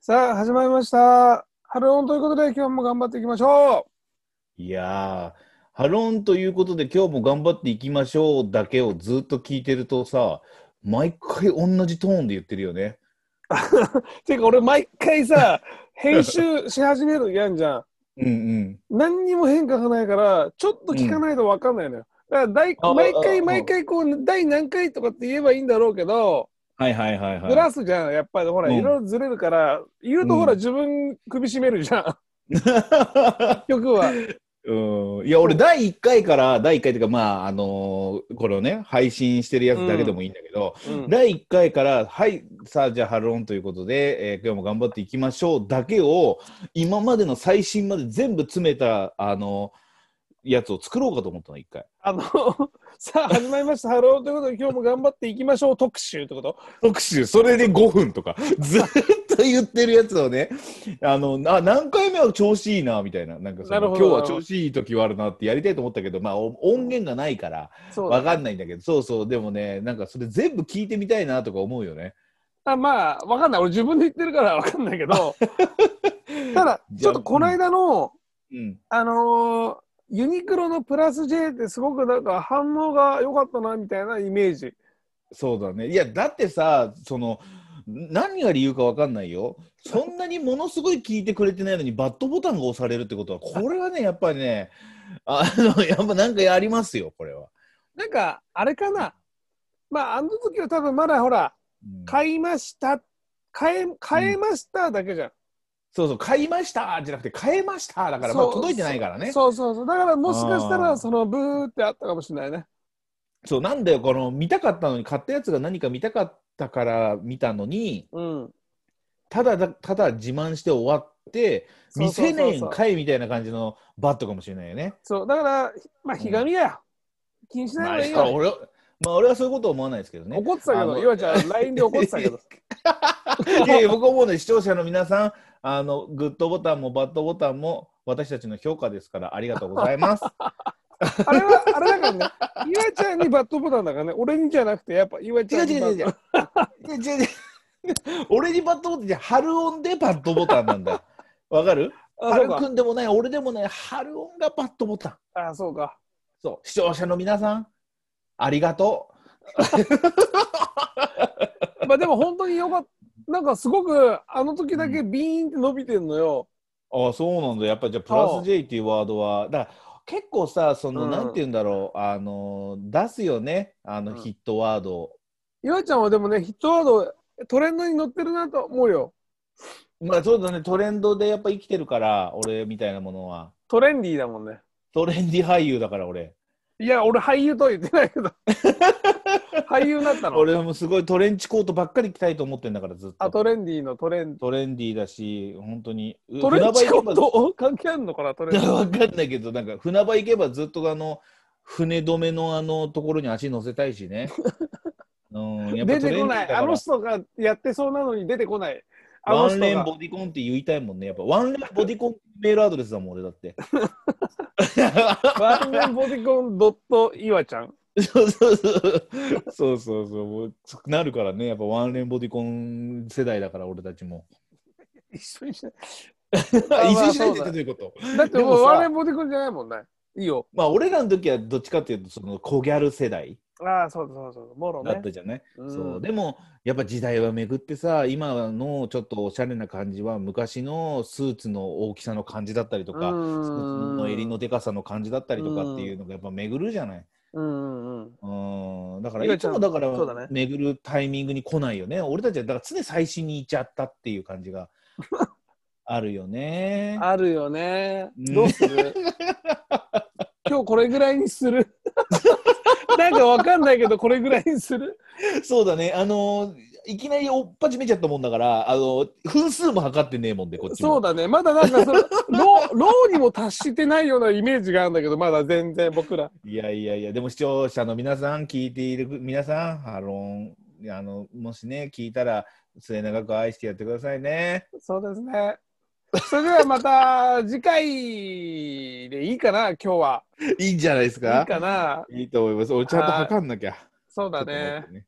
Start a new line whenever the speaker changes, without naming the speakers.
さあ、始まりました。ハローンということで、今日も頑張っていきましょ
いやー、ハロンということで、今日も頑張っていきましょうだけをずっと聞いてるとさ、毎回同じトーンで言ってるよね。
う。ていうか、俺、毎回 さ、編集し始めるのやんじゃん。
うんうん。
何にも変化がないから、ちょっと聞かないと分かんないのよ。だから大
あ
毎
あ
回
あ
毎回こう、第何回とかって言えばいいんだろうけど、
はいはいはい
ずら
は
すじゃん、やっぱりほら、
うん
いろいろずれるから、言うとほら、
うん
自分首絞めるじゃん、
い。
曲は。
うん、いや、俺、第1回から、第1回というか、まあ、あのーこれをね、配信してるやつだけでもいいんだけど、
うん
第1回から、はい、さあ、じゃあ、ハロンということで、えー今日も頑張っていきましょうだけを、今までの最新まで全部詰めた、あのーやつを作ろうかと思ったの、1回。
あの、 さあ、始まりました。ハローということで、今日も頑張っていきましょう特集ってこと
特集それで5分 とかずっと言ってるやつをねあのな何回目は調子いいなみたいななんかそ
なるほ
の今
ど
日は調子いい時はあるなってやりたいと思ったけど、まあ、お音源がないから
そうだ
わかんないんだけどそうそうでもねなんかそれ全部聞いてみたいなとか思うよね。
あまあ、わかんない。俺自分で言ってるからわかんないけ ど、ただ、ちょっとこの間の、
うん、
あのーユニクロのプラス J ってすごくなんか反応が良かったなみたいなイメージ。
そうだねいやだってさその何が理由かわかんないよそんなにものすごい聞いてくれてないのにバットボタンが押されるってことはこれはねやっぱりねあのやっぱなんかやりますよこれは。
なんか、あれかな。まあ、あの時は多分まだほら、
うん
買いました、買え、買えましただけじゃん。
そうそう、買いましたじゃなくて、買えましただから、まあ、
そう
届いてないからね。そう
そうそうそう。だからもしかした
あ
ら、
ー
そのブーってあったかもしれないね。
なんだよ、この見たかったのに、買ったやつが何か見たかったから見たのに、
うん。
ただだ、ただ自慢して終わって、未
そ
成年
うそうそうそう
かいみたいな感じのバットかもしれないよね。
そう、だから、まあ、ひがみやよ。気にしない方
まあ、
がいい
俺
よ。
はまあ、俺はそういうことは思わないですけ どね。
怒ってたけ
あ
ど、
の
いわちゃん、LINE で怒ってた けど。
いやいや僕は思うね、視聴者の皆さん、あの、グッドボタンもバットボタンも、私たちの評価ですから、ありがとうございます。
あれは、あれだからね、いわちゃんにバットボタンだからね、俺にじゃなくて、やっぱ、いわち
違
ゃ
うん
に
違
バ
う
ッ
違う違う。違う違う違う俺にバットボタンじゃ春音でバットボタンなんだ。 わかる
あ、そう
春
か。
くんでもない、俺でもない、春音がバットボタン。
あ、そうか。
そう、視聴者の皆さん、ありがと
まあ、でも本当によかった。なんかすごく、あの時だけビーンって伸びてんのよ。
う。ああ、そうなんだ。やっぱじゃあ、プ
そう
ラス J っていうワードは、だから結構さ、その、
うん
なんて言うんだろう、あの、出すよね、あの、
うん
ヒットワードを。
いわちゃんはでもね、ヒットワード、トレンドに乗ってるなと思うよ。
まあ、そうだね、トレンドでやっぱ生きてるから、俺みたいなものは。
トレンディーだもんね。
トレンディ俳優だから、俺。
いや、俺俳優とは言ってない けど。俳優になったの。
俺もすごいトレンチコートばっかり着たいと思ってんだから、ずっと
あ、。トレンディーのトレン
トレンディーだし、本当に。う
トレンチコ
船
ー
場行
ト関係あるのかなトレン
け
チ
ば
コー
わかんないけど、なんか船場行けばずっとあの、船止めのあのところに足乗せたいしね。うん、
ト
やっぱ
出
ト
て
レンディ
こ
ー
な
だ
い
か
あ
ら
の人がやってそうなのに出てこないあの
ワ
人
ン
が
レンボディコンって言いたいもんね。やっぱワンレンボディコンってメールアドレスだもん、俺だ って。
ワンレンボディコンドットイワちゃん
そうそうそう。そうそうそう。もうなるからね、やっぱワンレンボディコン世代だから、俺た ちも。
一緒にしない
一
あ
緒にしないで
そうだ
どういうこと
だって
でも
もう
さ
ワンレンボディコンじゃないもんねいいよ
まあ、俺らの時はどっちかっていうと、その、小ギャル世代
ああそうそうそうモロ
だっ
ね
たじゃない、
うん
そうでもやっぱ時代は巡ってさ今のちょっとおしゃれな感じは昔のスーツの大きさの感じだったりとか、
うん
スーツの襟のでかさの感じだったりとかっていうのがやっぱ巡るじゃない、
うんうんうん
うん、だから
ゆか
い
ち
つ
ゃん
もだから
そうだね
巡るタイミングに来ないよね俺たちはだから常最新に行っちゃったっていう感 じがあるよね
あるよね
うん
どうす る今日これぐらいにするなんかわかんないけどこれぐらいにする
そうだねあのいきなりおっぱじめちゃったもんだからあの分数も測ってねえもんでこっちも
そうだねまだなんかそのローローにも達してないようなイメージがあるんだけどまだ全然僕ら
いやいやいや、でも視聴者の皆さん、聞いている皆さん、ハロン、あのもしね、聞いたら末永く愛してやってくださいね。
そうですね。それではまた次回でいいかな、今日は。
いいんじゃないです
い
か
いかな。
いいと思います。俺、ちゃんと測んなきゃ。
そうだね
ちょっと待って。ね